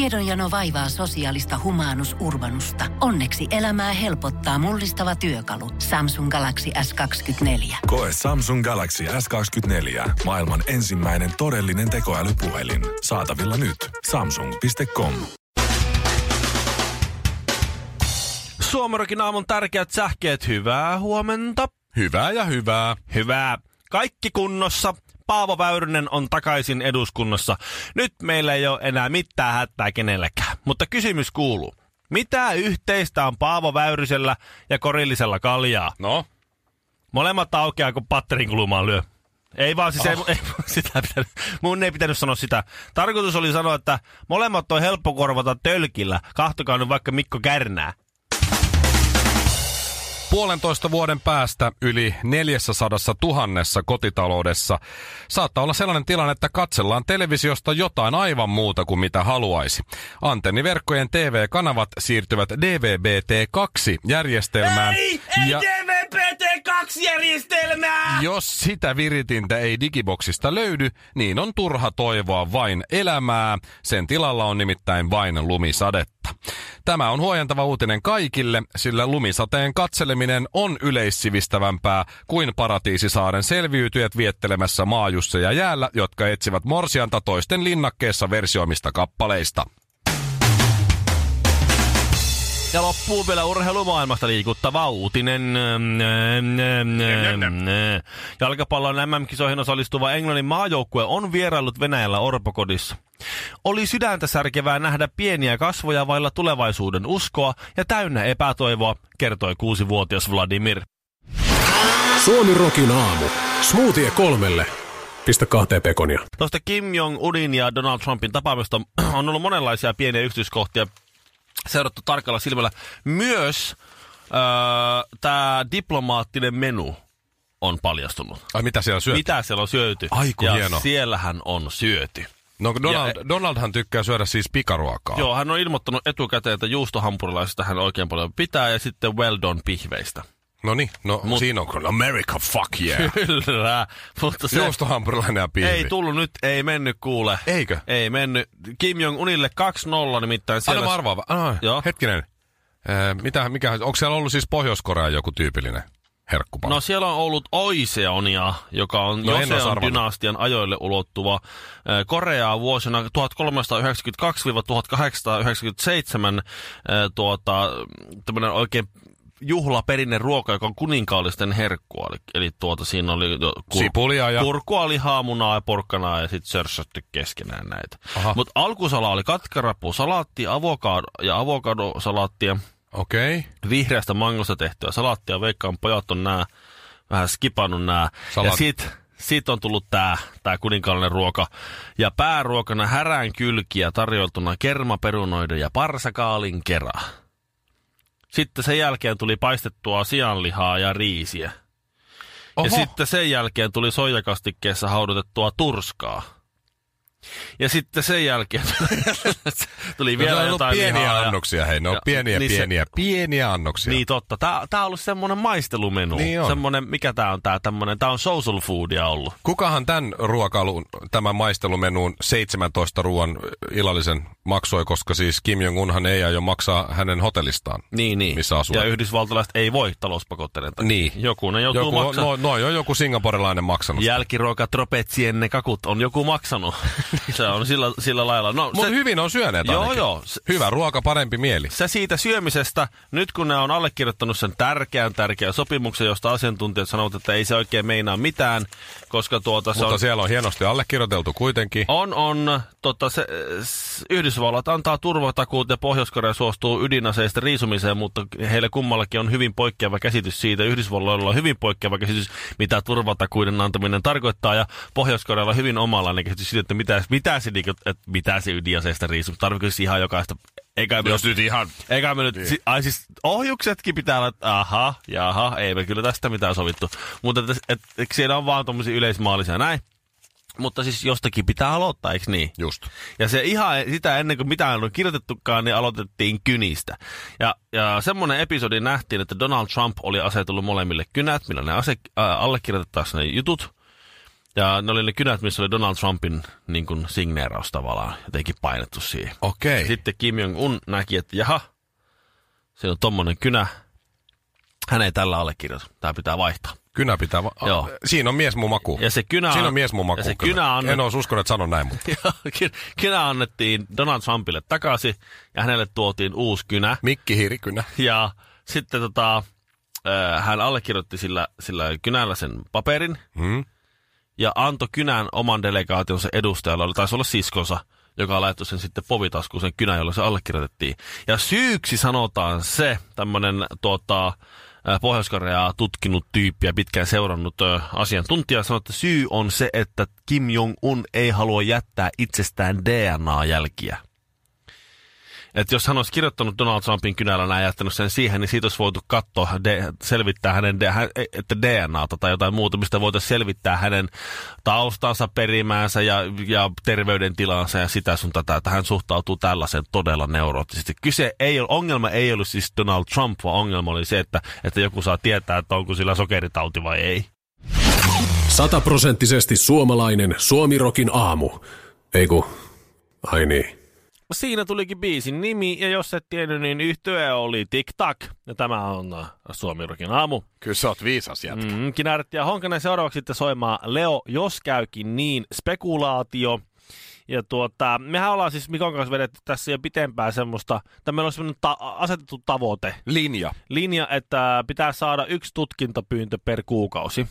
Tiedonjano vaivaa sosiaalista humanus urbanusta. Onneksi elämää helpottaa mullistava työkalu. Samsung Galaxy S24. Koe Samsung Galaxy S24. Maailman ensimmäinen todellinen tekoälypuhelin. Saatavilla nyt. Samsung.com. Suomarokin aamun tärkeät sähkeet. Hyvää huomenta. Hyvää ja hyvää. Hyvää. Kaikki kunnossa. Paavo Väyrynen on takaisin eduskunnassa. Nyt meillä ei ole enää mitään hätää kenellekään. Mutta kysymys kuuluu. Mitä yhteistä on Paavo Väyrysellä ja korillisella kaljaa? No, Molemmat aukeaa, kun patterin kulumaan lyö. Ei vaan, siis oh. ei, Ah. ei, sitä pitänyt, mun ei pitänyt sanoa sitä. Tarkoitus oli sanoa, että molemmat on helppo korvata tölkillä. Kahtokaa nyt vaikka Mikko Kärnää. puolentoista vuoden päästä yli 400 000 kotitaloudessa saattaa olla sellainen tilanne, että katsellaan televisiosta jotain aivan muuta kuin mitä haluaisi. Antenniverkkojen TV-kanavat siirtyvät DVB-T2-järjestelmään. ja... DVPT2-järjestelmää! Jos sitä viritintä ei digiboksista löydy, niin on turha toivoa vain elämää. Sen tilalla on nimittäin vain lumisadetta. Tämä on huojentava uutinen kaikille, sillä lumisateen katseleminen on yleissivistävämpää kuin paratiisisaaren selviytyjät viettelemässä maajussa ja jäällä, jotka etsivät morsianta toisten linnakkeessa versioimista kappaleista. Ja loppuu vielä urheilumaailmasta liikuttava uutinen. Ähm, ähm, ähm, ähm, äh. Jalkapallon MM-kisoihin osallistuva Englannin maajoukkue on vieraillut Venäjällä Orpokodissa. Oli sydäntä särkevää nähdä pieniä kasvoja vailla tulevaisuuden uskoa ja täynnä epätoivoa, kertoi kuusivuotias Vladimir. Suomi Rokin aamu. Smoothie kolmelle. Pistä kahteen pekonia. Tuosta Kim Jong-unin ja Donald Trumpin tapaamista on ollut monenlaisia pieniä yksityiskohtia seurattu tarkalla silmällä. Myös öö, tämä diplomaattinen menu on paljastunut. Ai mitä siellä syöt? Mitä siellä on syöty? Ai kun ja hieno. siellähän on syöty. No kun Donald, Ja- Donaldhan tykkää syödä siis pikaruokaa. Joo, hän on ilmoittanut etukäteen, että juustohampurilaisista hän oikein paljon pitää ja sitten well done pihveistä. No niin, no Mut- siinä on kyllä America, fuck yeah. Kyllä, mutta se Juustohampurilainen ja pihvi. ei tullut nyt, ei mennyt kuule. Eikö? Ei mennyt. Kim Jong-unille 2-0 nimittäin siellä. Anna mä arvaa. Ah, Joo. Hetkinen. Ee, mitä, mikä, onko siellä ollut siis Pohjois-Korea joku tyypillinen herkkupala? No siellä on ollut Oiseonia, joka on No, no, en ois Joseon arvannut. dynastian ajoille ulottuva eh, Koreaa vuosina 1392-1897 eh, tuota, tämmöinen oikein juhlaperinne ruoka, joka on kuninkaallisten herkkua. Eli, eli tuota, siinä oli jo kur- Sipulia ja... kurkua, lihaa, munaa ja porkkanaa ja sitten sörssätty keskenään näitä. Aha. Mutta alkusala oli katkarapu, salaatti, avokado ja avokadosalaattia Okei. Okay. vihreästä mangosta tehtyä salaattia. Veikkaan pojat on nää, vähän skipannut nää. Salat- Ja sit, sit on tullut tää, tää kuninkaallinen ruoka. Ja pääruokana härän kylkiä tarjoltuna kermaperunoiden ja parsakaalin kera. Sitten sen jälkeen tuli paistettua sianlihaa ja riisiä. Oho. Ja sitten sen jälkeen tuli soijakastikkeessa haudutettua turskaa. Ja sitten sen jälkeen tuli No, ne vielä on ollut jotain pieniä lihaa ja- annoksia, hei. Ne on ja- pieniä, niin se- pieniä, pieniä annoksia. Niin totta. Tää, tää on ollut semmonen maistelumenu. Niin on. Semmonen, mikä tää on tää tämmönen, tää on social foodia ollut. Kukahan tämän ruokailun, tämän maistelumenuun 17 ruoan illallisen maksoi, koska siis Kim Jong-unhan ei aio maksaa hänen hotellistaan. Niin, niin. Missä asuu. Ja yhdysvaltalaiset ei voi talouspakotteiden takia. Niin. Joku ne joutuu Joku, maksamaan. no, no, jo joku singaporelainen maksanut. Jälkiruoka, tropetsienne ne kakut on joku maksanut. se on sillä, sillä lailla. No, Mutta se, hyvin on syöneet Joo, ainakin. joo. Se- Hyvä ruoka, parempi mieli. se siitä syömisestä, nyt kun ne on allekirjoittanut sen tärkeän tärkeän sopimuksen, josta asiantuntijat sanovat, että ei se oikein meinaa mitään, koska tuota se Mutta on siellä on hienosti allekirjoiteltu kuitenkin. On, on. Tota, se, s- Yhdysvallat antaa turvatakuut ja Pohjois-Korea suostuu ydinaseista riisumiseen, mutta heillä kummallakin on hyvin poikkeava käsitys siitä. Yhdysvalloilla on hyvin poikkeava käsitys, mitä turvatakuiden antaminen tarkoittaa, ja Pohjois-Korealla on hyvin omanlainen käsitys siitä, että mitä, mitä, se, niinku- että mitä se ydinaseista riisuu. Tarvitseeko siis ihan jokaista... Eikä me, nyt ihan eikä me nyt, si, ai siis ohjuksetkin pitää olla, että aha, jaha, ei me kyllä tästä mitään sovittu. Mutta et, et, et, siellä on vaan tommosia yleismaallisia näin. Mutta siis jostakin pitää aloittaa, eikö niin? Just. Ja se ihan sitä ennen kuin mitään on kirjoitettukaan, niin aloitettiin kynistä. Ja, ja semmoinen episodi nähtiin, että Donald Trump oli asetellut molemmille kynät, millä ne ase, äh, allekirjoitetaan ne jutut. Ja ne oli ne kynät, missä oli Donald Trumpin niin kuin, signeeraus tavallaan jotenkin painettu siihen. Okei. Okay. Sitten Kim Jong-un näki, että jaha, siinä on tommonen kynä. Hän ei tällä allekirjoita. Tämä pitää vaihtaa. Kynä pitää... Va- Joo. Siinä on mies mun maku. Ja se kynä... Siinä on mies mun maku. Ja se kyllä. kynä on... En olisi uskonut, että sanon näin, mutta Joo, ky- kynä annettiin Donald Trumpille takaisin ja hänelle tuotiin uusi kynä. Mikki Hiirikynä. Ja sitten tota, ö, hän allekirjoitti sillä, sillä kynällä sen paperin Hmm? ja antoi kynän oman delegaationsa edustajalle, oli taisi olla siskonsa, joka laittoi sen sitten povitaskuun sen kynän, jolla se allekirjoitettiin. Ja syyksi sanotaan se, tämmöinen tota, ö, Pohjois-Koreaa tutkinut tyyppi ja pitkään seurannut ö, asiantuntija sanoi, että syy on se, että Kim Jong-un ei halua jättää itsestään DNA-jälkiä. Että jos hän olisi kirjoittanut Donald Trumpin kynällä näin ja jättänyt sen siihen, niin siitä olisi voitu katsoa, de, selvittää hänen de, hä- että DNAta tai jotain muuta, mistä voitaisiin selvittää hänen taustansa, perimäänsä ja, ja terveydentilansa ja sitä sun tätä, että hän suhtautuu tällaisen todella neuroottisesti. Kyse ei ole, ongelma ei ollut siis Donald Trump, vaan ongelma oli se, että, että joku saa tietää, että onko sillä sokeritauti vai ei. Sataprosenttisesti suomalainen Suomirokin aamu. Eiku, ai niin. Siinä tulikin biisin nimi, ja jos et tiennyt, niin yhtye oli Tik Tak, ja tämä on äh, Suomirokin aamu. Kyllä sä oot viisas jätkä. Mm, Kinaret ja Honkanen seuraavaksi sitten soimaan Leo, jos käykin niin, spekulaatio. Ja tuota, mehän ollaan siis Mikon kanssa vedetty tässä jo pitempään semmoista, tai meillä on semmoinen ta- asetettu tavoite, Linja. linja, että pitää saada yksi tutkintapyyntö per kuukausi.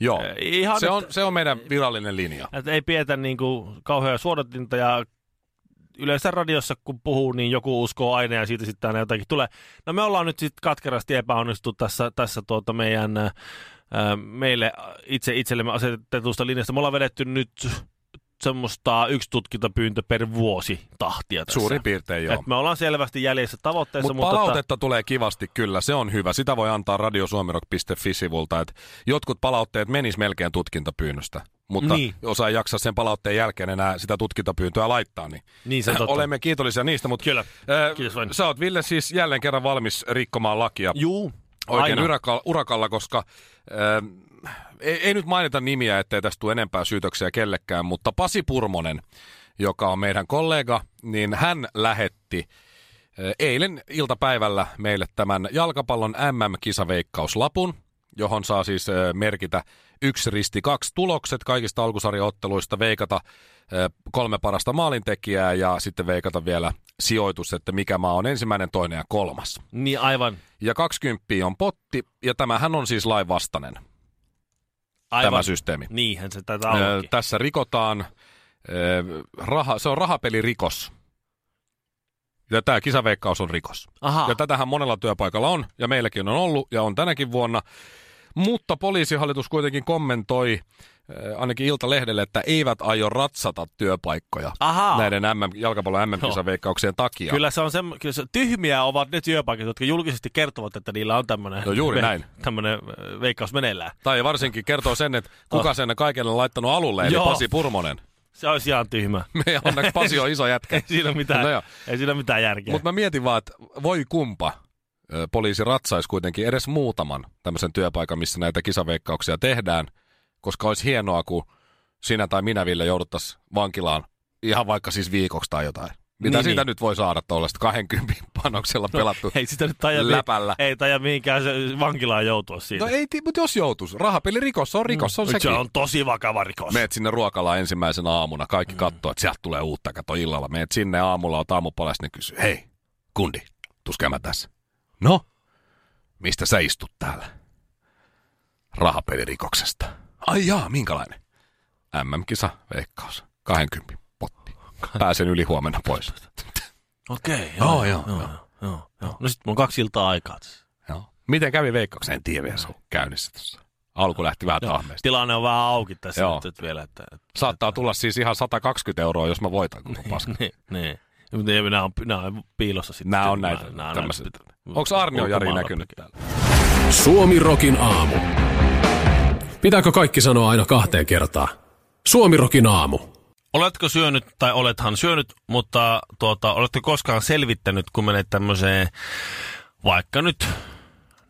Joo. Eh, Ihan Oh. Se nyt- on, se on meidän virallinen linja. että ei pidetä niin kuin kauhean suodatinta ja yleensä radiossa kun puhuu, niin joku uskoo aina ja siitä sitten aina jotakin tulee. No me ollaan nyt sitten katkerasti epäonnistu tässä, tässä tuota meidän äh, meille itse itsellemme asetetusta linjasta. Me ollaan vedetty nyt semmoista yksi tutkintapyyntö per vuosi tahtia tässä. Suurin piirtein joo. Et me ollaan selvästi jäljessä tavoitteessa, Mutta mutta tota- palautetta tulee kivasti kyllä, se on hyvä. Sitä voi antaa radiosuomirok.fi-sivulta, että jotkut palautteet menis melkein tutkintapyynnöstä, mutta Niin. niin. osa ei jaksa sen palautteen jälkeen enää sitä tutkintapyyntöä laittaa. Niin, Niin, se on totta. Olemme kiitollisia niistä, mutta Kyllä. Äh, Kiitos vain. Sä oot Ville siis jälleen kerran valmis rikkomaan lakia Juu, oikein aina. urakalla, urakalla, koska äh, ei, ei nyt mainita nimiä, ettei tästä tule enempää syytöksiä kellekään, mutta Pasi Purmonen, joka on meidän kollega, niin hän lähetti äh, eilen iltapäivällä meille tämän jalkapallon MM-kisaveikkauslapun, johon saa siis äh, merkitä yksi risti kaksi tulokset kaikista alkusarjaotteluista, veikata äh, kolme parasta maalintekijää ja sitten veikata vielä sijoitus, että mikä maa on ensimmäinen, toinen ja kolmas Niin aivan. ja 20 on potti, ja tämähän on siis lainvastainen, aivan. tämä systeemi. Niinhän se tätä Öö, onkin. tässä rikotaan, öö, raha, se on rahapelirikos. Ja tämä kisaveikkaus on rikos. Aha. Ja tätähän monella työpaikalla on, ja meilläkin on ollut, ja on tänäkin vuonna. Mutta poliisihallitus kuitenkin kommentoi öö, ainakin Iltalehdelle, että eivät aio ratsata työpaikkoja Ahaa. näiden MM, jalkapallon MM-kisaveikkauksien takia. Kyllä se on se, kyllä se, tyhmiä ovat ne työpaikat, jotka julkisesti kertovat, että niillä on tämmöinen No juuri näin. tämmönen veikkaus meneillään. Tai varsinkin kertoo sen, että kuka sen kaiken on laittanut alulle, eli Ah. Joo. Pasi Purmonen. Se olisi ihan tyhmä. Me onneksi Pasi on iso jätkä. Ei siinä ole mitään, No no joo. ei siinä ole mitään järkeä. Mutta mä mietin vaan, että voi kumpa ö, poliisi ratsaisi kuitenkin edes muutaman tämmöisen työpaikan, missä näitä kisaveikkauksia tehdään, koska olisi hienoa, kun sinä tai minä, Ville, jouduttaisiin vankilaan ihan vaikka siis viikoksi tai jotain. Mitä Niin, niin, siitä niin. No, niin. nyt voi saada tuollaista 20 panoksella pelattu? ei sitä nyt taja, läpällä. Ei taja mihinkään se vankilaan joutua siitä. No ei, mutta jos joutuisi. Rahapelirikos, se on rikos, se on Nyt sekin. Mm. se on tosi vakava rikos. Meet sinne ruokalaan ensimmäisenä aamuna, kaikki katsoo, että sieltä tulee uutta, kato illalla. Meet sinne aamulla, oot aamupalas, ne kysyy, hei, kundi, tuskin mä tässä. No, mistä sä istut täällä? Rahapelirikoksesta. Ai jaa, minkälainen? MM-kisa, veikkaus, 20 potti. Pääsen yli huomenna pois. Okei, Joo, joo, joo. Oh, joo, joo. No sit mulla on kaksi iltaa aikaa. tässä. Joo. Miten kävi veikkauksen? En tiedä vielä, se on käynnissä tuossa. Alku lähti vähän Joo. tahmeesta. Tilanne on vähän auki tässä Joo. nyt, nyt vielä. Että, että, Saattaa tulla siis ihan 120 euroa, jos mä voitan koko paska. niin, niin. Mutta ei, nämä on, nämä on piilossa sitten. Nämä on näitä tämmöiset. Onks Arnion Jari ulkomailla näkynyt pitää. Suomirokin aamu. Pitääkö kaikki sanoa aina kahteen kertaan? Suomirokin aamu. Oletko syönyt, tai olethan syönyt, mutta tuota, oletko koskaan selvittänyt, kun menet tämmöiseen vaikka nyt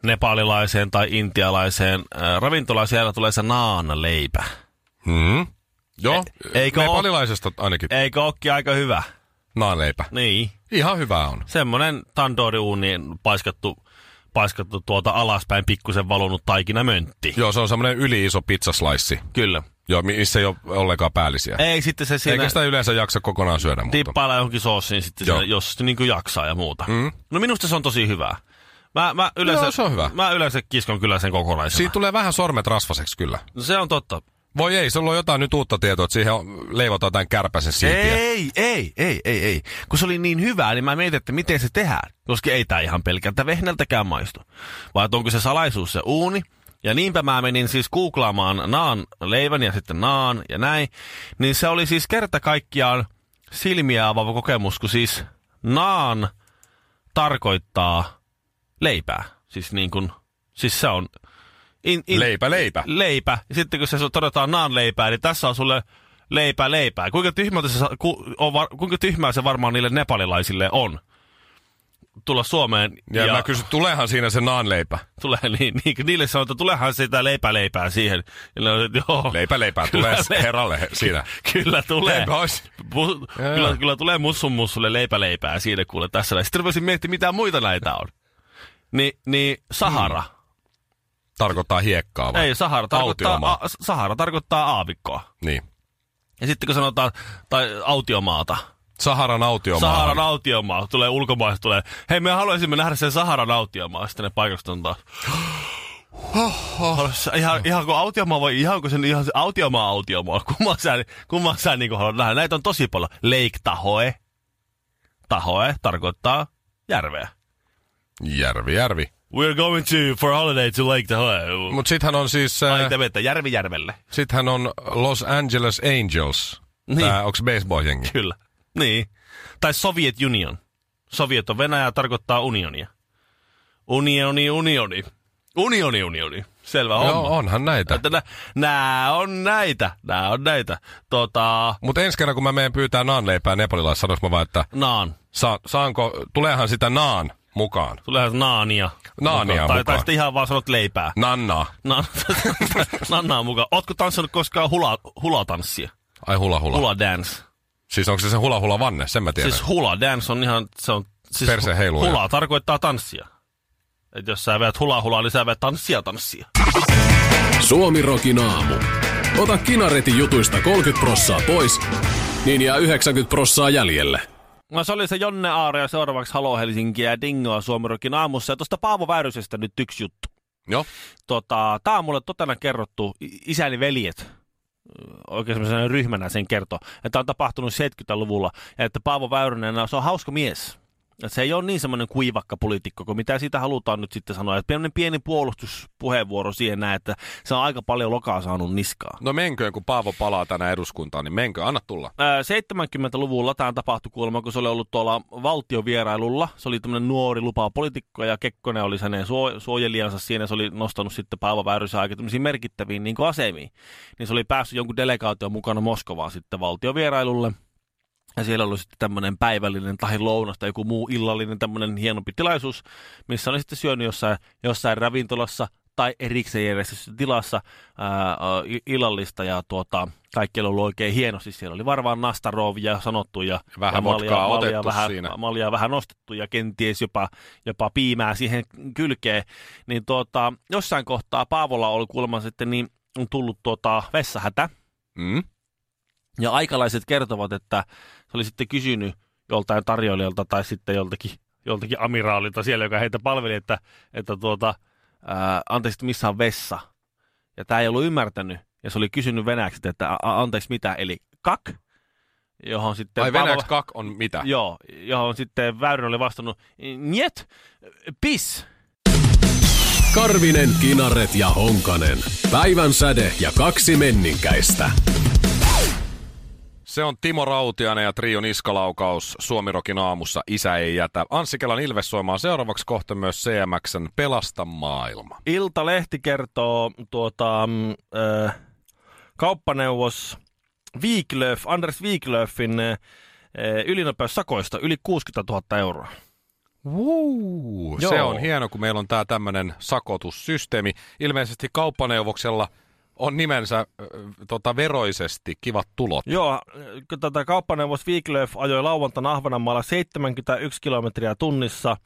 nepalilaiseen tai intialaiseen äh, ravintolaan, siellä tulee se naanaleipä. Mm. Joo, E- e- eikö oo- nepalilaisesta ainakin. E- Eikö ookin aika hyvä? Naaleipä. Niin. Ihan hyvää on. Semmonen tandoori-uuniin paiskattu, paiskattu tuota alaspäin pikkusen valunut taikinamöntti. Joo, se on semmoinen yli iso pizzaslaissi. Kyllä. Joo, mi- missä ei ole ollenkaan päällisiä. Ei sitten se siinä... Eikä sitä yleensä jaksa kokonaan syödä, mutta... Tippailla Niin johonkin sossiin sitten, Joo. sinne, jos sitten niin jaksaa ja muuta. Mm. No minusta se on tosi hyvää. Mä, mä, yleensä, Joo, se on hyvä. mä yleensä kiskon kyllä sen kokonaisena. Siitä tulee vähän sormet rasvaseksi kyllä. No se on totta. Voi ei, sulla on jotain nyt uutta tietoa, että siihen on- leivotaan tämän kärpäsen siipiä. Ei, ei, ei, ei, ei. Kun se oli niin hyvää, niin mä mietin, että miten se tehdään. Joskin ei tää ihan pelkältä vehnältäkään maistu. Vai että onko se salaisuus se uuni? Ja niinpä mä menin siis googlaamaan naan leivän ja sitten naan ja näin. Niin se oli siis kerta kaikkiaan silmiä avaava kokemus, kun siis naan tarkoittaa leipää. Siis niin kuin, siis se on... In, in, Leipä, leipä. leipä. Ja sitten kun se sun todetaan naan leipää, niin tässä on sulle leipä leipää. Kuinka tyhmältä se, sa- ku, on, var- kuinka tyhmää se varmaan niille nepalilaisille on tulla Suomeen Ja, ja mä kysyn, tuleehan siinä se naanleipä. tulee, niin, niin, niille sanotaan, että tuleehan sitä leipä leipää siihen. Ja ne on, että joo, Leipä, leipää, Kyllä tulee le- herralle he- siinä. kyllä tulee. Leipä olisi. Pu- kyllä, kyllä tulee mussun mussulle leipä leipää siinä kuule tässä. näin. Sitten rupesin miettimään, mitä muita näitä on. Ni, niin Sahara. Hmm. Tarkoittaa hiekkaa vai? Ei, Sahara tarkoittaa, Autiomaa. a, Sahara tarkoittaa aavikkoa. Niin. Ja sitten kun sanotaan, tai autiomaata, Saharan autiomaa. Saharan autiomaa, tulee ulkomaista, tulee, hei me haluaisimme nähdä sen Saharan autiomaa, sitten ne paikasta on taas. Haluais- Ihan, ihan kun autiomaa vai ihan kun sen ihan se autiomaa autiomaa, kumman sä, kumman sä niin haluat nähdä. Näitä on tosi paljon. Lake Tahoe. Tahoe tarkoittaa järveä. Järvi, järvi. We're going to for holiday to Lake Tahoe. Mut sithän on siis... äh, Ai te vettä, järvi järvelle. Sittenhän on Los Angeles Angels. Niin. Tää, onks baseball-jengi? Kyllä. Niin. Tai Soviet Union. Soviet on Venäjä, tarkoittaa unionia. Unioni, unioni. Unioni, unioni. Selvä homma. Joo, onhan näitä. Että nä, nää on näitä, nää on näitä. Tota, Mutta ensi kerran, kun mä menen pyytää naanleipää nepalilaisessa, sanois mä vaan, että naan. sa- saanko, tuleehan sitä naan mukaan. Tuleehan naania. Naania Tai, tai mukaan. sitten ihan vaan sanot leipää. Nanna. Na- Nannaa mukaan. Ootko tanssinut koskaan hula, hulatanssia? Ai hula hula. hula. Hula dance. Siis onko se se hula hula vanne, sen mä tiedän. Siis... Siis hula dance on ihan, se on... Siis Perseen heiluja. Hula tarkoittaa tanssia. Et jos sä veät hula hulaa, niin sä veät tanssia tanssia. Suomirokin aamu. Ota kinaretin jutuista 30 prossaa pois, niin jää 90 prossaa jäljelle. No se oli se Jonne Aare ja seuraavaksi Halo Helsinkiä ja Dingoa Suomirokin aamussa. Ja tuosta Paavo Väyrysestä nyt yksi juttu. Joo. Tota, tää on mulle totena kerrottu, I- isäni veljet ö, oikein semmoisena ryhmänä sen kertoo, että on tapahtunut 70-luvulla, ja että Paavo Väyrynen, no, se on hauska mies. Et se ei ole niin semmoinen kuivakka poliitikko, kuin mitä siitä halutaan nyt sitten sanoa. Että pieni, pieni puolustuspuheenvuoro siihen näin, että se on aika paljon lokaa saanut niskaa. No menköön, kun Paavo palaa tänään eduskuntaan, niin menkö, anna tulla. Ää, 70-luvulla tämä tapahtui kuulemma, kun se oli ollut tuolla valtiovierailulla. Se oli tämmöinen nuori lupaa poliitikko ja Kekkonen oli hänen suo- suojelijansa siinä. Se oli nostanut sitten Paavo Väyrysen aika tämmöisiin merkittäviin niin kuin asemiin. Niin se oli päässyt jonkun delegaation mukana Moskovaan sitten valtiovierailulle. Ja siellä oli sitten tämmöinen päivällinen tai lounas tai joku muu illallinen tämmöinen hienompi tilaisuus, missä oli sitten syönyt jossain, jossain ravintolassa tai erikseen järjestetty tilassa ää, ä, i- illallista ja tuota, kaikki oli ollut oikein hieno. Siis siellä oli varmaan nastarovia sanottu ja, Vähän ja vodkaa otettu vähän, siinä. maljaa vähän nostettu ja kenties jopa, jopa piimää siihen kylkeen. Niin tuota, jossain kohtaa Paavolla oli kuulemma sitten niin on tullut tuota vessahätä. Mm? Ja aikalaiset kertovat, että se oli sitten kysynyt joltain tarjoilijalta tai sitten joltakin, joltakin amiraalilta siellä, joka heitä palveli, että, että tuota, ää, anteeksi, että missä on vessa. Ja tämä ei ollut ymmärtänyt, ja se oli kysynyt venäjäksi, että a- a- anteeksi mitä, eli kak, johon sitten... Ai Paavo- venäjäksi kak on mitä? Joo, johon sitten Väyrynen oli vastannut, njet, pis. Karvinen, Kinaret ja Honkanen. Päivän säde ja kaksi menninkäistä. Se on Timo Rautiainen ja Trio Niskalaukaus Suomirokin aamussa Isä ei jätä. Anssi Kelan Ilves soimaan seuraavaksi kohta myös CMXn Pelasta maailma. Iltalehti kertoo tuota, mm, ö, kauppaneuvos Wiglöf, Anders Wiglöfin ö, ylinopeussakoista yli 60 000 euroa. Woo, Joo. se on hieno, kun meillä on tämä tämmöinen sakotussysteemi. Ilmeisesti kauppaneuvoksella on nimensä äh, tota, veroisesti kivat tulot. Joo, äh, kun tätä kauppaneuvos Wiglöf ajoi lauantaina Ahvenanmaalla 71 kilometriä tunnissa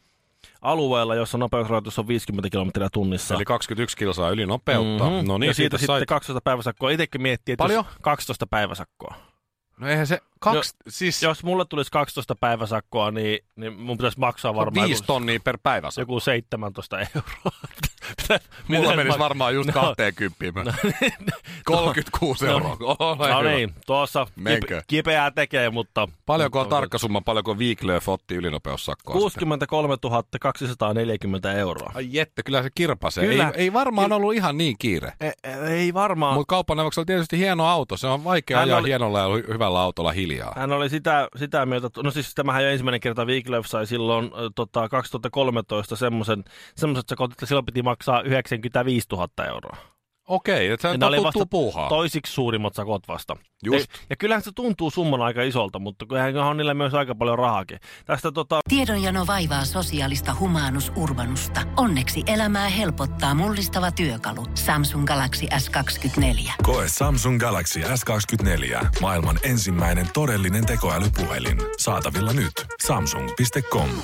alueella, jossa nopeusrajoitus on 50 kilometriä tunnissa. Eli 21 kilsaa yli nopeutta. Mhm. No niin, ja siitä, sitten 12 päiväsakkoa. Itsekin miettii, että Paljon? jos 12 päiväsakkoa. No eihän se kaksi, No, jo, siis jo, Jos mulle tulisi 12 päiväsakkoa, niin, niin mun pitäisi maksaa varmaan viisi joku, tonnia per päivä. Joku, joku 17 euroa. Mitä- Mulla miten menisi mä- varmaan just No, 20 no, 36 no, euroa. Ole No hyvä. niin, tuossa Menkö? kip, kipeää tekee, mutta... Paljonko on mutta- tarkka summa, paljonko Wiglöf otti ylinopeussakkoa? sitten? 63 240 euroa. Ai jette, kyllä se kirpasee. Kyllä. Ei, ei varmaan ollut ihan niin kiire. Ei, E- ei varmaan. Mutta kauppaneuvoksella on tietysti hieno auto. Se on vaikea Hän ajaa oli- hienolla ja hy- hyvällä autolla hiljaa. Hän oli sitä, sitä mieltä, että- no siis tämähän jo ensimmäinen kerta Wiglöf sai silloin äh, tota, 2013 semmoisen, semmoiset sakot, että silloin piti maksaa 95 000 euroa. Okei, että se Ja on ne oli totuttu vasta puuhaa. Toisiksi suurimmat sakot vasta. Just. Ja, ja kyllähän se tuntuu summana aika isolta, mutta kyllähän on niillä myös aika paljon rahaakin. Tästä tota, Tiedonjano vaivaa sosiaalista humanus urbanusta. Onneksi elämää helpottaa mullistava työkalu. Samsung Galaxy S24. Koe Samsung Galaxy S24. Maailman ensimmäinen todellinen tekoälypuhelin. Saatavilla nyt. Samsung.com.